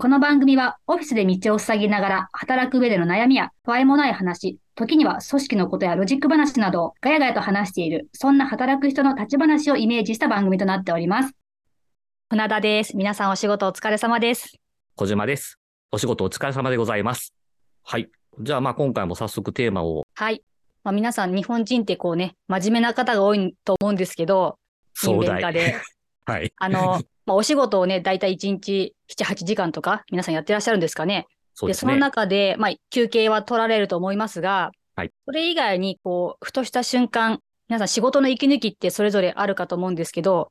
この番組はオフィスで道を塞ぎながら働く上での悩みや不いもない話、時には組織のことやロジック話などをガヤガヤと話している、そんな働く人の立ち話をイメージした番組となっております。船田です。皆さんお仕事お疲れ様です。小島です。お仕事お疲れ様でございます。はい。じゃあ、まあ今回も早速テーマを、はい。まあ、皆さん日本人ってこうね、真面目な方が多いと思うんですけど、勤壮勉家大。で。はい。あの、まあ、お仕事をね、だいたい1日7、8時間とか皆さんやってらっしゃるんですかね。そうで、ですそのね。中で、まあ、休憩は取られると思いますが、はいそれ以外に、こう、ふとした瞬間、皆さん仕事の息抜きってそれぞれあるかと思うんですけど、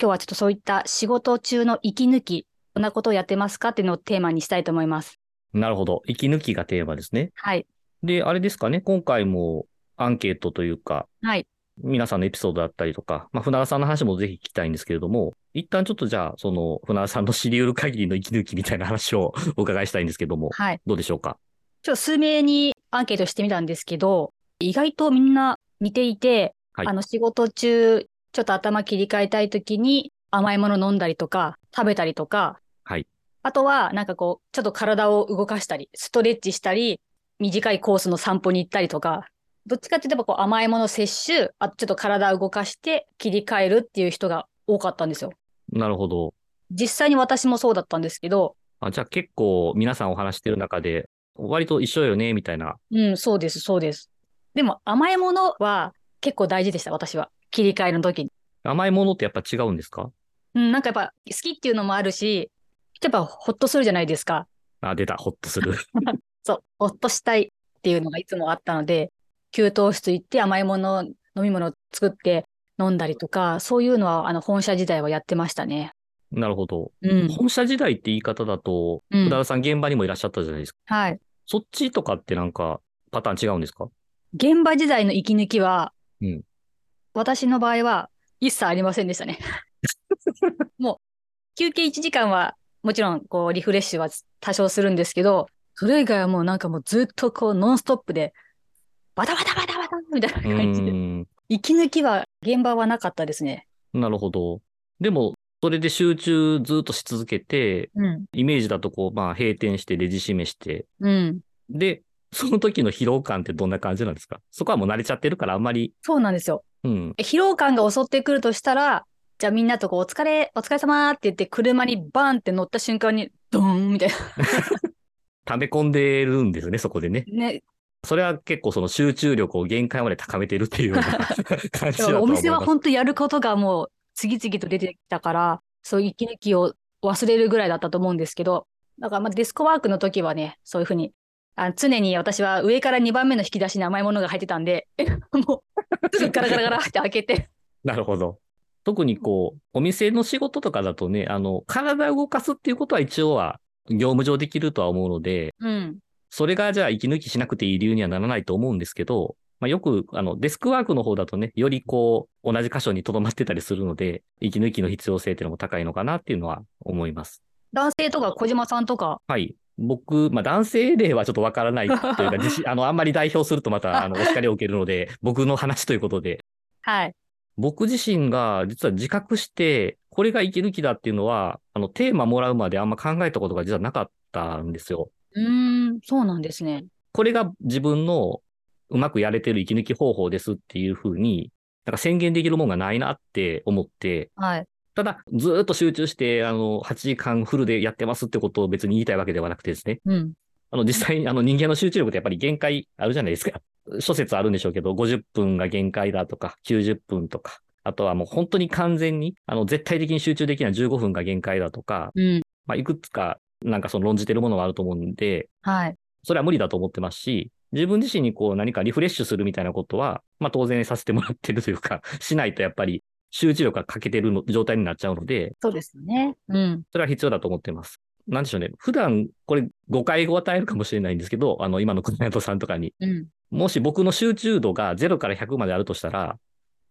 今日はちょっとそういった仕事中の息抜き、どんなことをやってますかっていうのをテーマにしたいと思います。なるほど。息抜きがテーマですね。はい。で、あれですかね。今回もアンケートというか、はい。皆さんのエピソードだったりとか、まあ、船田さんの話もぜひ聞きたいんですけれども、一旦ちょっとじゃあ、その、船田さんの知り得る限りの息抜きみたいな話をお伺いしたいんですけども、はい。どうでしょうかちょっと数名にアンケートしてみたんですけど、意外とみんな似ていて、はいあの仕事中、ちょっと頭切り替えたい時に甘いもの飲んだりとか、食べたりとか、はいあとはなんかこう、ちょっと体を動かしたり、ストレッチしたり、短いコースの散歩に行ったりとか、どっちかって言えばこう甘いもの摂取、あとちょっと体を動かして切り替えるっていう人が多かったんですよ。なるほど。実際に私もそうだったんですけど、あじゃあ結構皆さんお話してる中で、割と一緒よね、みたいな。うん、そうです、そうです。でも甘いものは結構大事でした、私は。切り替えの時に。甘いものってやっぱ違うんですかうん、なんかやっぱ好きっていうのもあるし、やっぱほっとするじゃないですか。あ、出た。ほっとする。そう、ほっとしたいっていうのがいつもあったので、給湯室行って甘いもの、飲み物を作って飲んだりとか、そういうのはあの本社時代はやってましたね。 なるほど。うん。本社時代って言い方だと、う福ん、田さん現場にもいらっしゃったじゃないですか。はい。そっちとかってなんかパターン違うんですか現場時代の息抜きは、うん私の場合は一切ありませんでした ね。もう休憩1時間はもちろんこうリフレッシュは多少するんですけど、それ以外はもうなんかもうずっとこうノンストップでバタバタバタバタみたいなうー感じで。ん。息抜きは現場はなかったですね。なるほど。でも、それで集中ずっとし続けて、うん。イメージだとこう、まあ閉店してレジ締めして、うん。で、その時の疲労感ってどんな感じなんですかそこはもう慣れちゃってるからあんまり、そうなんですよ。うん。疲労感が襲ってくるとしたら、じゃあみんなとこうお疲れ、お疲れ様って言って車にバーンって乗った瞬間にドーンみ たい溜め込んでるんですね、そこでね。な。ね、それは結構その集中力を限界まで高めてるっていうような 感 じだとはお思います。店は本当やることがもう次々と出てきたから、そういう息抜きを忘れるぐらいだったと思うんですけど、だからまあデスクワークの時はね、そういうふうに、あ常に私は上から2番目の引き出しに甘いものが入ってたんで、もう、 すぐガラガラガラって開けて、なるほど。特にこう、お店の仕事とかだとね、あの、体を動かすっていうことは一応は業務上できるとは思うので、うん、それがじゃあ息抜きしなくていい理由にはならないと思うんですけど、まあ、よく、あの、デスクワークの方だとね、よりこう、同じ箇所に留まってたりするので、息抜きの必要性っていうのも高いのかなっていうのは思います。男性とか小島さんとか、はい。僕、まあ、男性例はちょっとわからないというか、自信あの、あんまり代表するとまた、あの、お叱りを受けるので、僕の話ということで、はい、僕自身が実は自覚して、これが息抜きだっていうのは、あの、テーマもらうまであんま考えたことが実はなかったんですよ。うーん、そうなんですね。これが自分のうまくやれてる息抜き方法ですっていうふうに、なんか宣言できるもんがないなって思って、はい、ただ、ずーっと集中して、あの、8時間フルでやってますってことを別に言いたいわけではなくてですね。うん、あの、実際にあの人間の集中力ってやっぱり限界あるじゃないですか。諸説あるんでしょうけど、50分が限界だとか、90分とか、あとはもう本当に完全に、あの、絶対的に集中できない15分が限界だとか、うん、まあ、いくつか、なんかその論じてるものはあると思うんで、はい、それは無理だと思ってますし、自分自身にこう何かリフレッシュするみたいなことは、まあ当然させてもらってるというか、しないとやっぱり集中力が欠けてるの状態になっちゃうので、そうですよね。うん、それは必要だと思ってます。なんでしょうね。普段、これ誤解を与えるかもしれないんですけど、あの、今のクライアントさんとかに、うん、もし僕の集中度が0から100まであるとしたら、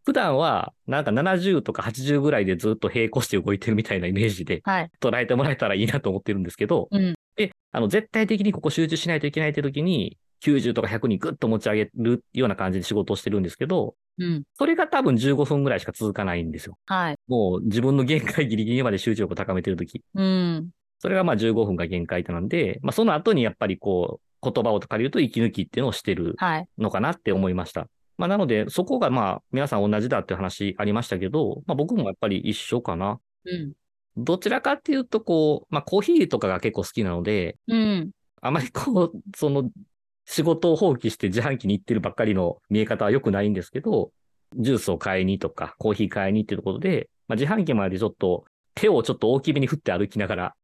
普段はなんか70とか80ぐらいでずっと並行して動いてるみたいなイメージではい、捉えてもらえたらいいなと思ってるんですけど、うん、で、あの、絶対的にここ集中しないといけないって時に、90とか100にグッと持ち上げるような感じで仕事をしてるんですけど、うん、それが多分15分ぐらいしか続かないんですよ。はい、もう自分の限界ギリギリまで集中力を高めてる時うん、それがまあ15分が限界なんで、まあその後にやっぱりこう、言葉を借りると息抜きっていうのをしてるはい。のかなって思いました。まあ、なので、そこがまあ、皆さん同じだっていう話ありましたけど、まあ、僕もやっぱり一緒かな。うん。どちらかっていうと、こう、まあ、コーヒーとかが結構好きなので、うん。あまりこう、その、仕事を放棄して自販機に行ってるばっかりの見え方は良くないんですけど、ジュースを買いにとか、コーヒー買いにっていうことで、まあ、自販機までちょっと、手をちょっと大きめに振って歩きな がら、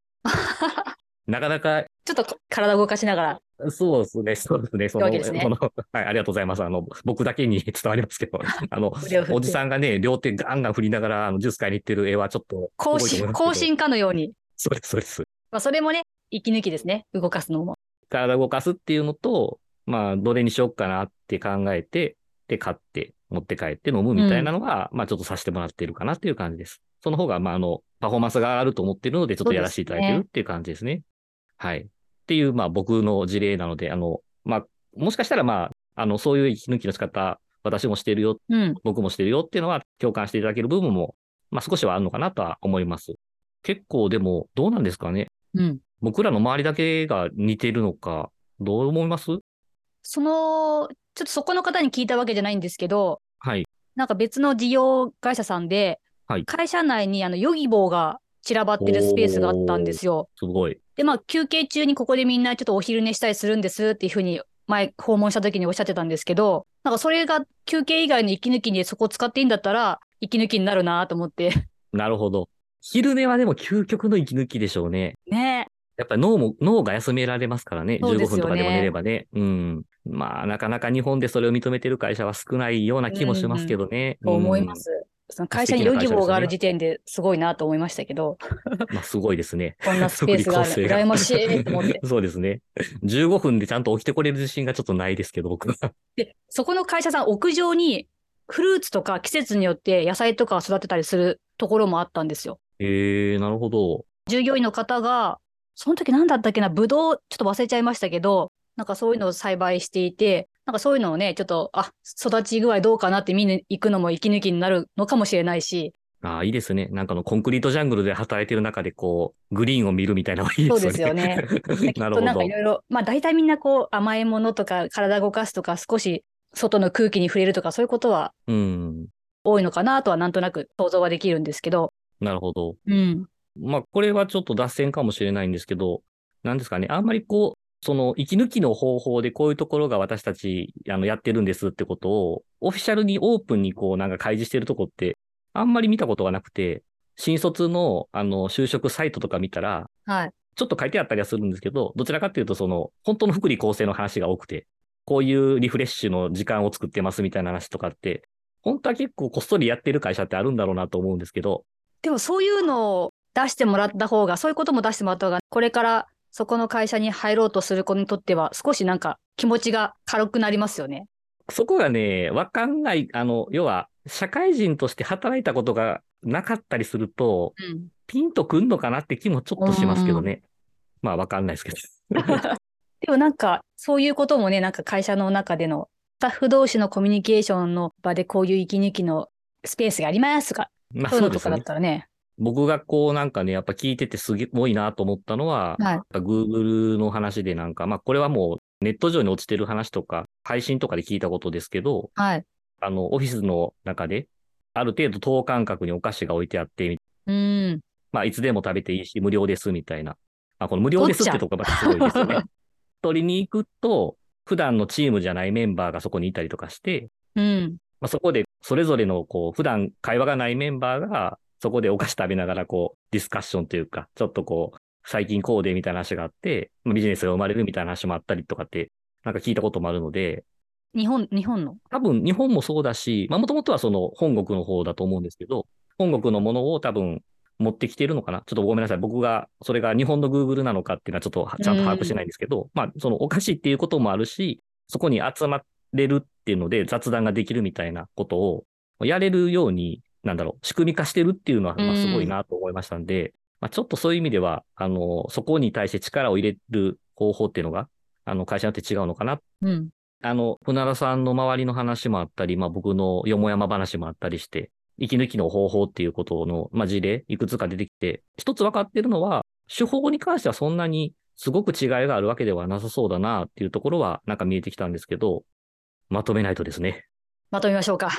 なかなかちょっと体動かしながら。そうですね、そうですね、そわの、けですねその、はい、ありがとうございます。あの、僕だけに 伝わりますけ ど、あの、腕を振っておじさんがね、両手ガンガン振りながら、あの、ジュース買いに行ってる絵はちょっと、更すご新、いと思い更ますけど。新かのように。そうです、そうです。まあ、それもね、息抜きですね。動かすのも。体動かすっていうのと、まあ、どれにしようかなって考えて、で、買って、持って帰って飲むみたいなのが、まあ、ちょっとさせてもらってるかなっていう感じです。その方が、まあ、あの、パフォーマンスが上がると思ってるので、ちょっとやらせていただいてるっていう感じですね。はい。っていう、まあ、僕の事例なので、あの、まあ、もしかしたら、まあ、あの、そういう息抜きの仕方、私もしてるよ、うん。僕もしてるよっていうのは、共感していただける部分も、まあ、少しはあるのかなとは思います。結構、でも、どうなんですかね。うん。僕らの周りだけが似てるのか、どう思いますその、ちょっとそこの方に聞いたわけじゃないんですけど、はい。なんか別の事業会社さんで、はい会社内にあの、ヨギボーが散らばってるスペースがあったんですよ。すごい。で、まあ、休憩中にここでみんなちょっとお昼寝したりするんですっていうふうに、前、訪問した時におっしゃってたんですけど、なんかそれが休憩以外の息抜きにそこを使っていいんだったら、息抜きになるなと思って。 なるほど。昼寝はでも究極の息抜きでしょうね。ねやっぱり脳も、脳が休められますからね。そうで15すよね分とかでも寝ればね。うん。まあ、なかなか日本でそれを認めてる会社は少ないような気もしますけどね。と思いうんます。その会社にヨギボーがある時点ですごいなと思いましたけ ど、まあ、すごいですね。こんなスペースがある。福利厚生羨がましいと思って。 そうですね。15分でちゃんと起きてこれる自信がちょっとないですけど、僕は。で、そこの会社さん、屋上にフルーツとか季節によって野菜とかを育てたりするところもあったんですよ。えー、なるほど。従業員の方が、その時何だったっけな、ぶどう、ちょっと忘れちゃいましたけど、なんかそういうのを栽培していて、なんかそういうのをね、ちょっと、あ、育ち具合どうかなって見に行くのも息抜きになるのかもしれないし、ああ、いいですね。なんかあのコンクリートジャングルで働いてる中で、こう、グリーンを見るみたいなのがいいそうでですすよよね。ね。 きっなるとほなんかどい。ろいろ、まあ大体みんなこう甘いものとか体動かすとか少し外の空気に触れるとかそういうことはうん。多いのかなとはなんとなく想像はできるんですけど、なるほど。うん。まあ、これはちょっと脱線かもしれないんですけど、なんですかね。あんまりこう、その、息抜きの方法でこういうところが私たち、あの、やってるんですってことを、オフィシャルにオープンにこう、なんか開示してるとこって、あんまり見たことがなくて、新卒の、あの、就職サイトとか見たら、はい。ちょっと書いてあったりはするんですけど、どちらかっていうと、その、本当の福利厚生の話が多くて、こういうリフレッシュの時間を作ってますみたいな話とかって、本当は結構こっそりやってる会社ってあるんだろうなと思うんですけど、でもそういうのを出してもらった方が、そういうことも出してもらった方が、これからそこの会社に入ろうとする子にとっては少しなんか気持ちが軽くなりますよね。そこがね、わかんない、あの、要は、社会人として働いたことがなかったりすると、うん。ピンとくんのかなって気もちょっとしますけどね。まあ、わかんないですけど。でもなんか、そういうこともね、なんか会社の中での、スタッフ同士のコミュニケーションの場でこういう息抜きのスペースがありますとか、まあ、そういうそのうでとすかだっね。たらね。僕がこうなんかね、やっぱ聞いててすごいなと思ったのは、はい。なんか Google の話でなんか、まあこれはもうネット上に落ちてる話とか、配信とかで聞いたことですけど、はい。あの、オフィスの中で、ある程度等間隔にお菓子が置いてあって、うん。まあいつでも食べていいし、無料ですみたいな。まあこの無料ですってとこがすごいですよね。取りに行くと、普段のチームじゃないメンバーがそこにいたりとかして、うん。まあ、そこでそれぞれのこう普段会話がないメンバーがそこでお菓子食べながらこうディスカッションというかちょっとこう最近こうでみたいな話があってまあビジネスが生まれるみたいな話もあったりとかってなんか聞いたこともあるので日本、日本の。多分日本もそうだしまあもともとはその本国の方だと思うんですけど本国のものを多分持ってきてるのかなちょっとごめんなさい。僕が、それが日本の Google なのかっていうのはちょっとはちゃんと把握してないんですけど、まあ、そのお菓子っていうこともあるし、そこに集まれるっていうので雑談ができるみたいなことをやれるように、なんだろう、仕組み化してるっていうのは、まうあ、んすごいなと思いましたんで、まあ、ちょっとそういう意味では、あの、そこに対して力を入れる方法っていうのが、あの、会社によって違うのかな。うん。あの、船田さんの周りの話もあったり、まあ、僕のよもやま話もあったりして、息抜きの方法っていうことの、まあ、事例、いくつか出てきて、一つ分かってるのは、手法に関してはそんなにすごく違いがあるわけではなさそうだなっていうところはなんか見えてきたんですけど、まとめないとですね。まとめましょうか。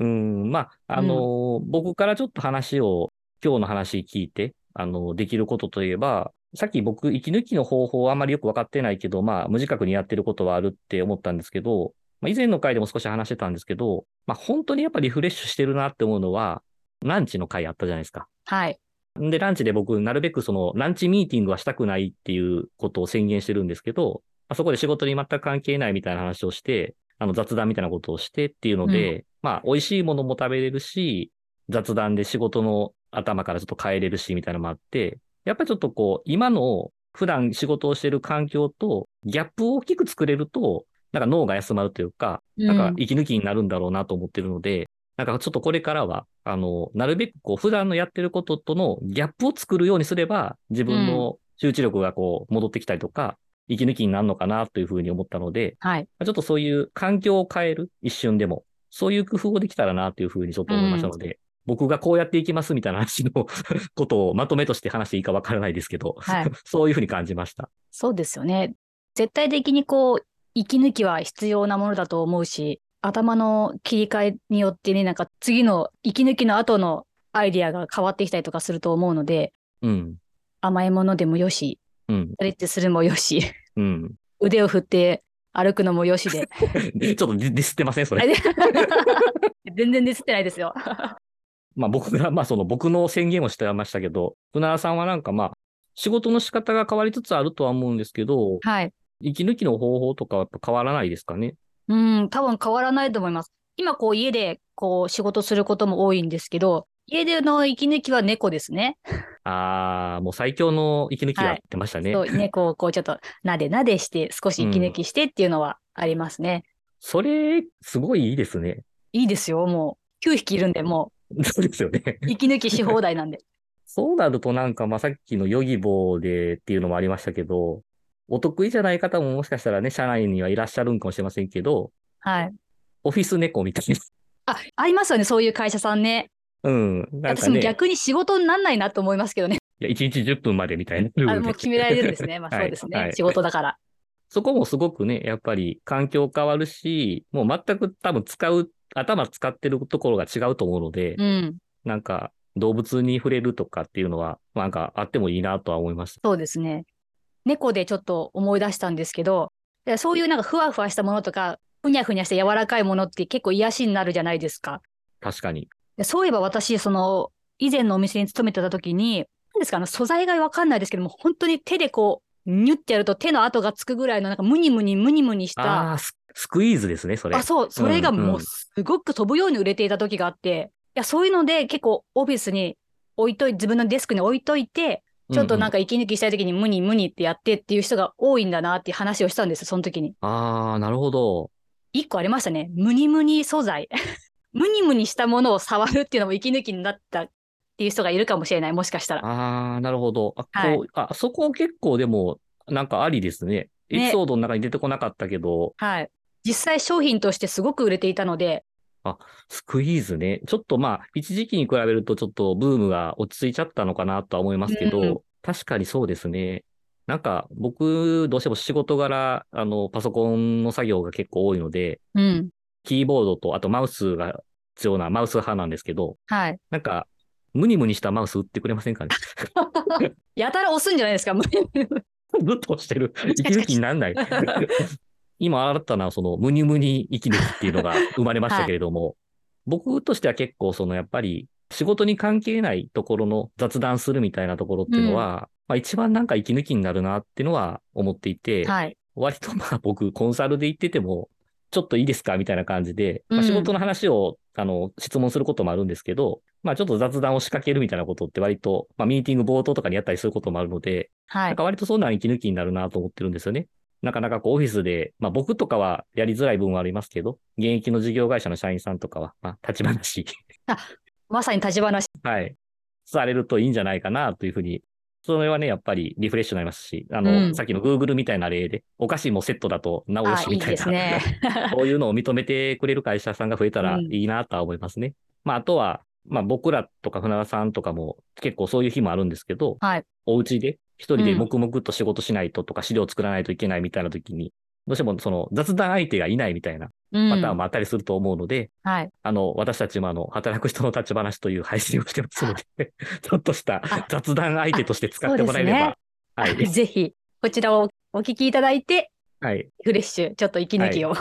うん、まあ、あの、僕からちょっと話を、今日の話聞いて、あの、できることといえば、さっき僕、息抜きの方法はあんまりよく分かってないけど、まあ、無自覚にやってることはあるって思ったんですけど、まあ、以前の回でも少し話してたんですけど、まあ、本当にやっぱリフレッシュしてるなって思うのは、ランチの回あったじゃないですか。はい。んで、ランチで僕、なるべくその、ランチミーティングはしたくないっていうことを宣言してるんですけど、まあ、そこで仕事に全く関係ないみたいな話をして、あの、雑談みたいなことをしてっていうので、まあ、美味しいものも食べれるし、雑談で仕事の頭からちょっと変えれるし、みたいなのもあって、やっぱりちょっとこう、今の普段仕事をしてる環境とギャップを大きく作れると、なんか脳が休まるというか、なんか息抜きになるんだろうなと思ってるので、なんかちょっとこれからは、あの、なるべくこう、普段のやってることとのギャップを作るようにすれば、自分の集中力がこう、戻ってきたりとか、息抜きになるのかなというふうに思ったので、はい。まあちょっとそういう環境を変える、一瞬でも、そういう工夫をできたらなというふうにちょっと思いましたので、僕がこうやっていきますみたいな話のことをまとめとして話していいかわからないですけど、はい。 そういうふうに感じました。そうですよね。絶対的にこう、息抜きは必要なものだと思うし、頭の切り替えによってね、なんか次の息抜きの後のアイディアが変わってきたりとかすると思うので、うん。甘いものでもよし、うんス。トレッチするもよし、 うん。腕を振って歩くのもよし で。ちょっとディディスってませんそれあ。で 全然ディスってないですよ。まあ僕が、まあその僕の宣言をしてましたけど、船田さんはなんかまあ、仕事の仕方が変わりつつあるとは思うんですけど、はい。息抜きの方法とかはやっぱ変わらないですかね。うん、多分変わらないと思います。今こう家でこう仕事することも多いんですけど、家での息抜きは猫ですね。ああ、もう最強の息抜きがってましたね。そう猫をこうちょっとなでなでして少し息抜きしてっていうのはありますね。それ、すごいいいですね。 いいですよ、もう。9匹いるんで、もそうですよね。う息抜きし放題 なんで。そうなるとなんか、まあ、さっきのヨギボーでっていうのもありましたけど、お得意じゃない方ももしかしたらね、社内にはいらっしゃるんかもしれませんけど、はい。オフィス猫みたいな。あ、ありますよね、そういう会社さんね。うん。なんか私もね、い逆に仕事になんないなと思いますけどね。や1日10分までみたいなルールで。あもう決められるんですね。まあ はいそうですね。はい仕事だから。そこもすごくね、やっぱり環境変わるし、もう全く多分使う、頭使ってるところが違うと思うので、うん。なんか動物に触れるとかっていうのは、なんかあってもいいなとは思いました。そうですね。猫でちょっと思い出したんですけど、でそういうなんかふわふわしたものとか、ふにゃふにゃした柔らかいものって結構癒しになるじゃないですか。確かに。でそういえば私、その、以前のお店に勤めてた時に、何ですか、あの、素材がわかんないですけども、本当に手でこう、ニュってやると手の跡がつくぐらいの、なんかムニムニムニムニした、ああー、ススクイーズですね、それ。あ、そう、それがうんもうんうすごく飛ぶように売れていた時があって、いや、そういうので結構オフィスに置いといて、自分のデスクに置いといて、ちょっとなんか、か息抜きしたい時にムニムニってやってっていう人が多いんだなっていう話をしたんですよ、その時に。ああ、なるほど。一個ありましたね。ムニムニ素材。 ムニムニしたものを触るっていうのも息抜きになったっていう人がいるかもしれない。もしかしたら。ああ、なるほど。あ、こう、はいあ、そこ結構でも、なんかありですね。エねピソードの中に出てこなかったけど、はい。実際商品としてすごく売れていたので、スクイーズね。ちょっとまあ、一時期に比べるとちょっとブームが落ち着いちゃったのかなとは思いますけうんど、確かにそうですね。なんか、僕、どうしても仕事柄、あの、パソコンの作業が結構多いので、うん。キーボードと、あとマウスが必要なマウス派なんですけど、はい。なんか、ムニムニしたマウス売ってくれませんかねやたら押すんじゃないですか、ムニムニ。 ずっと押してる。息カチカチ抜きになん ない。今、新たな、その、ムニムニ息抜きっていうの が生まれましたけれども、僕としては結構、その、やっぱり、仕事に関係ないところの雑談するみたいなところっていうのは、まあ一番なんか息抜きになるなっていうのは思っていて、はい。割とまあ僕、コンサルで行ってても、ちょっといいですかみたいな感じで、まあうん仕事の話を、あの、質問することもあるんですけど、まあちょっと雑談を仕掛けるみたいなことって割と、まあミーティング冒頭とかにやったりすることもあるので、はなんい。か割とそんなん息抜きになるなと思ってるんですよね。なかなかこうオフィスで、まあ僕とかはやりづらい部分はありますけど、現役の事業会社の社員さんとかは、まあ立ち話、 まさに立ち話。はい、されるといいんじゃないかなというふうに、それはね、やっぱりリフレッシュになりますし、あの、うんさっきの Google みたいな例で、お菓子もセットだとなおよあし、いみいたいな。ですね。 そういうのを認めてくれる会社さんが増えたらういんいなとは思いますね。まあ、あとは、まあ僕らとか船田さんとかも結構そういう日もあるんですけど、はいお家で一人でうん黙々と仕事しないととか資料作らないといけないみたいな時に、どうしてもその雑談相手がいないみたいなうんパターンもあったりすると思うので、はい。あの、私たちもあの、働く人の立ち話という配信をしてますので、ちょっとし たあ雑談相手として使ってもらえれあば、はい。ぜひ、こちらをお聞きいただいて、はい。フレッシュ、ちょっと息抜きを。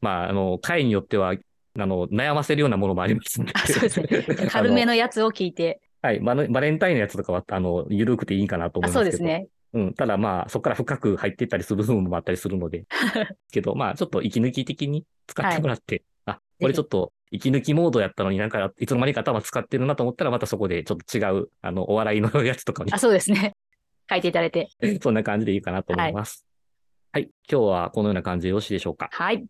まあ、あの、回によっては、あの、悩ませるようなものもありますので。あそうです ね軽めの。のやつを聞いて。はい。バレバレンタインのやつとかは、あの、緩くていいかなと思あいますけそど。うです。ね。うん。ただまあ、そこから深く入っていったりする部分もあったりする ので。けど、まあ、ちょっと息抜き的に使ってもらって、あ、これちょっと息抜きモードやったのになんか、いつの間にか頭使ってるなと思ったら、またそこでちょっと違う、あの、お笑いのやつとかにあ、そうですね。 書いていただいて。 そんな感じでいいかなと思います。はい、今日はこのような感じでよろしいでしょうか。はい。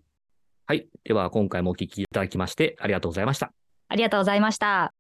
はい。では、今回もお聞きいただきまして、ありがとうございました。ありがとうございました。